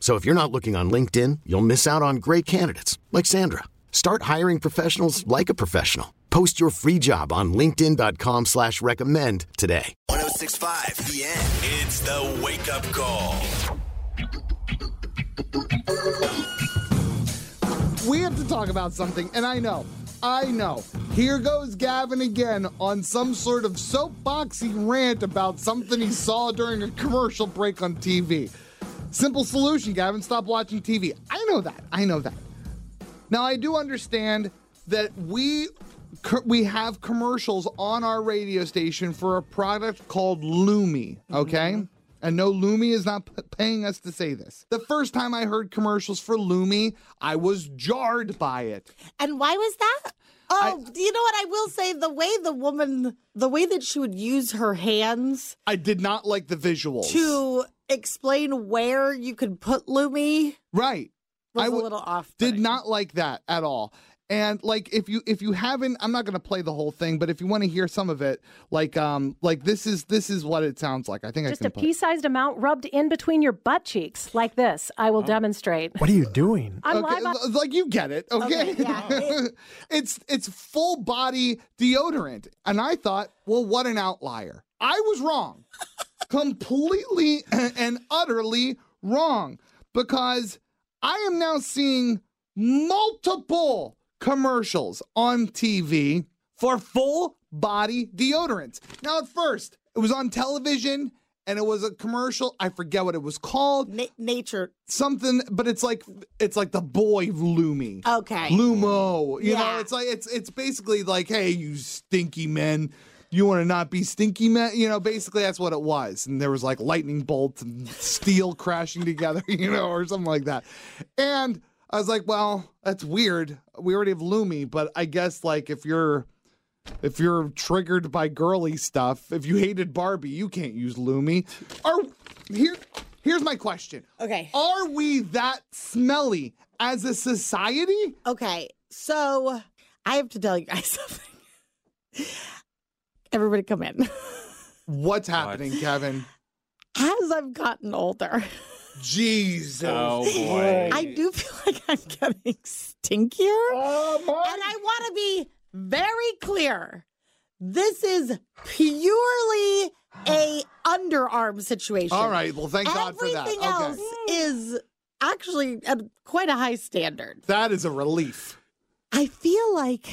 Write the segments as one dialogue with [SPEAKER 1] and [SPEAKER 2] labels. [SPEAKER 1] So if you're not looking on LinkedIn, you'll miss out on great candidates like Sandra. Start hiring professionals like a professional. Post your free job on linkedin.com slash recommend today.
[SPEAKER 2] 1065 The End. It's the wake up call.
[SPEAKER 3] We have to talk about something, and I know, I know. Here goes Gavin again on some sort of soapboxy rant about something he saw during a commercial break on TV. Simple solution, Gavin, stop watching TV. I know that. I know that. Now I do understand that we co- we have commercials on our radio station for a product called Lumi, okay?
[SPEAKER 4] Mm-hmm.
[SPEAKER 3] And no, Lumi is not p- paying us to say this. The first time I heard commercials for Lumi, I was jarred by it.
[SPEAKER 5] And why was that? Oh, you know what? I will say the way the woman, the way that she would use her hands
[SPEAKER 3] I did not like the visuals.
[SPEAKER 5] to explain where you could put Lumi
[SPEAKER 3] Right.
[SPEAKER 5] was
[SPEAKER 3] I
[SPEAKER 5] a
[SPEAKER 3] w-
[SPEAKER 5] little off.
[SPEAKER 3] did not like that at all and like if you if you haven't i'm not going to play the whole thing but if you want to hear some of it like um like this is this is what it sounds like i think i
[SPEAKER 4] Just
[SPEAKER 3] can
[SPEAKER 4] a
[SPEAKER 3] play.
[SPEAKER 4] pea sized amount rubbed in between your butt cheeks, like this. I will demonstrate.
[SPEAKER 6] What are you doing?
[SPEAKER 4] I'm
[SPEAKER 3] okay,
[SPEAKER 4] live on-
[SPEAKER 3] l- like you get it okay,
[SPEAKER 5] Okay, yeah, it-
[SPEAKER 3] it's it's full body deodorant and i thought well what an outlier i was wrong completely and utterly wrong because i am now seeing multiple commercials on tv for full body deodorant now at first it was on television and it was a commercial i forget what it was called
[SPEAKER 5] Na- nature.
[SPEAKER 3] something, but it's like it's like the boy Lumi.
[SPEAKER 5] Okay.
[SPEAKER 3] Lumo. You know,
[SPEAKER 5] Yeah.
[SPEAKER 3] it's like it's it's basically like, hey, you stinky men. You want to not be stinky men? You know, basically that's what it was. And there was like lightning bolts and steel crashing together, you know, or something like that. And I was like, well, that's weird. We already have Lumi, but I guess like if you're if you're triggered by girly stuff, if you hated Barbie, you can't use Lumi. Are here here's my question.
[SPEAKER 5] Okay.
[SPEAKER 3] Are we that smelly as a society?
[SPEAKER 5] Okay. So I have to tell you guys something. Everybody come in.
[SPEAKER 3] What's happening, Kevin?
[SPEAKER 5] As I've gotten older,
[SPEAKER 3] Jesus.
[SPEAKER 7] Oh boy.
[SPEAKER 5] I do feel like I'm getting stinkier.
[SPEAKER 3] Oh,
[SPEAKER 5] And I want to be very clear. This is purely a underarm situation.
[SPEAKER 3] All right. Well, thank God for that.
[SPEAKER 5] Everything
[SPEAKER 3] Okay.
[SPEAKER 5] else is actually at quite a high standard.
[SPEAKER 3] That is a relief.
[SPEAKER 5] I feel like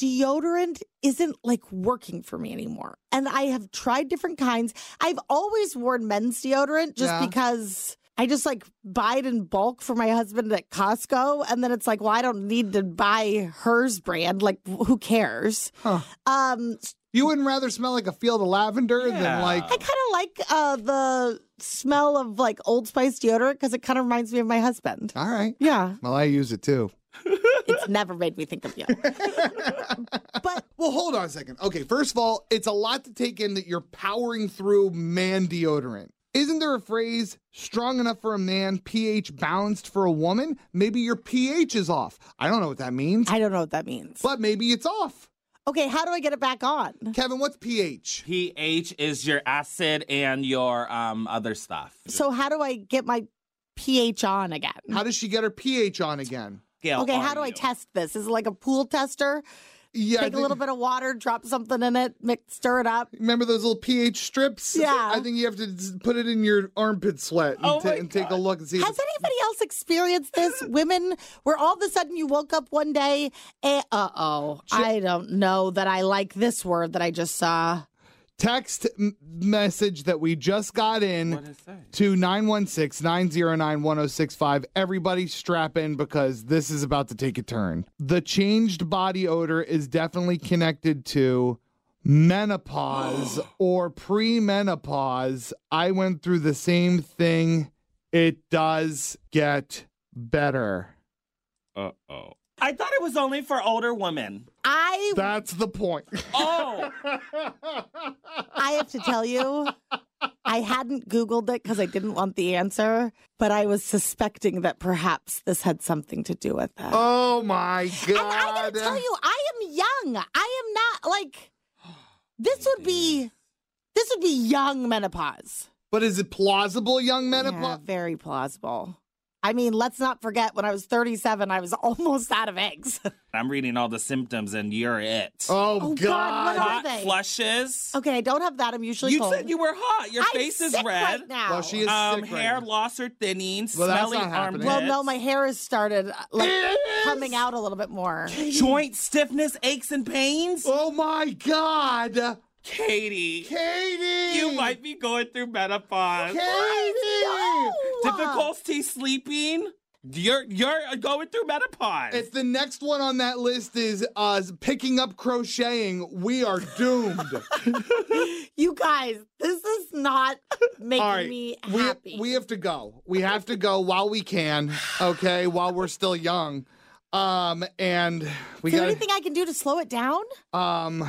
[SPEAKER 5] deodorant isn't like working for me anymore. And I have tried different kinds. I've always worn men's deodorant just
[SPEAKER 3] Yeah.
[SPEAKER 5] because I just like buy it in bulk for my husband at Costco. And then it's like, well, I don't need to buy hers brand. Like, wh- who cares?
[SPEAKER 3] Huh.
[SPEAKER 5] Um,
[SPEAKER 3] You wouldn't rather smell like a field of lavender than
[SPEAKER 7] Yeah.
[SPEAKER 3] like.
[SPEAKER 5] I kind of like uh, the smell of like Old Spice deodorant because it kind of reminds me of my husband.
[SPEAKER 3] All right.
[SPEAKER 5] Yeah,
[SPEAKER 3] Well, I use it too.
[SPEAKER 5] it's never made me think of you. but
[SPEAKER 3] Well, hold on a second. Okay, first of all, it's a lot to take in that you're powering through man deodorant. Isn't there a phrase strong enough for a man, pH balanced for a woman? Maybe your pH is off. I don't know what that means,
[SPEAKER 5] I don't know what that means.
[SPEAKER 3] but maybe it's off.
[SPEAKER 5] Okay, how do I get it back on?
[SPEAKER 3] Kevin, what's pH?
[SPEAKER 7] pH is your acid and your um other stuff.
[SPEAKER 5] So how do I get my pH on again?
[SPEAKER 3] How does she get her pH on again?
[SPEAKER 7] Gail,
[SPEAKER 5] okay, how
[SPEAKER 7] are
[SPEAKER 5] do I
[SPEAKER 7] you?
[SPEAKER 5] test this? Is it like a pool tester?
[SPEAKER 3] Yeah, I
[SPEAKER 5] Take a
[SPEAKER 3] think-
[SPEAKER 5] little bit of water, drop something in it, mix, stir it up.
[SPEAKER 3] Remember those little pH strips?
[SPEAKER 5] Yeah.
[SPEAKER 3] I think you have to s- put it in your armpit sweat and,
[SPEAKER 7] Oh
[SPEAKER 3] ta-
[SPEAKER 7] my
[SPEAKER 3] and take a
[SPEAKER 7] God.
[SPEAKER 3] look and see. if
[SPEAKER 5] Has anybody else experienced this? Women, where all of a sudden you woke up one day, eh, uh oh, I don't know that I like this word that I just saw.
[SPEAKER 3] text m- message that we just got in to 916-909-1065 everybody strap in because this is about to take a turn the changed body odor is definitely connected to menopause or premenopause i went through the same thing it does get better
[SPEAKER 7] Uh oh. I thought it was only for older women.
[SPEAKER 5] I
[SPEAKER 3] that's the point
[SPEAKER 7] Oh,
[SPEAKER 5] I have to tell you, I hadn't Googled it because I didn't want the answer, but I was suspecting that perhaps this had something to do with that.
[SPEAKER 3] oh my god
[SPEAKER 5] and I gotta tell you, I am young. I am not like this would be this would be young menopause.
[SPEAKER 3] but is it plausible young
[SPEAKER 5] Yeah,
[SPEAKER 3] menopause
[SPEAKER 5] very plausible. I mean, let's not forget when I was 37, I was almost out of eggs.
[SPEAKER 7] I'm reading all the symptoms, and you're it.
[SPEAKER 3] Oh,
[SPEAKER 5] Oh, God, what
[SPEAKER 3] God!
[SPEAKER 5] are
[SPEAKER 7] Hot
[SPEAKER 5] they?
[SPEAKER 7] flushes.
[SPEAKER 5] okay, I don't have that. I'm usually
[SPEAKER 7] You
[SPEAKER 5] cold.
[SPEAKER 7] said you were hot. Your
[SPEAKER 5] I'm
[SPEAKER 7] face is
[SPEAKER 5] sick
[SPEAKER 7] red.
[SPEAKER 5] right now.
[SPEAKER 3] Well, she is
[SPEAKER 7] Um,
[SPEAKER 3] sick
[SPEAKER 7] hair
[SPEAKER 3] right now.
[SPEAKER 7] loss or thinning,
[SPEAKER 3] Well, that's
[SPEAKER 7] smelly
[SPEAKER 3] not happening.
[SPEAKER 7] armpits.
[SPEAKER 5] Well, no, my hair has started uh, like
[SPEAKER 3] Yes!
[SPEAKER 5] coming out a little bit more.
[SPEAKER 7] joint stiffness, aches and pains.
[SPEAKER 3] Oh my God,
[SPEAKER 7] Katie,
[SPEAKER 3] Katie!
[SPEAKER 7] you might be going through menopause.
[SPEAKER 3] Katie!
[SPEAKER 7] Difficulty sleeping. You're you're going through menopause.
[SPEAKER 3] If the next one on that list is uh, picking up crocheting, we are doomed.
[SPEAKER 5] You guys, this is not making
[SPEAKER 3] All right,
[SPEAKER 5] me happy.
[SPEAKER 3] we we have to go. We have to go while we can. Okay, while we're still young. Um, and we
[SPEAKER 5] is there
[SPEAKER 3] got
[SPEAKER 5] anything I can do to slow it down?
[SPEAKER 3] um.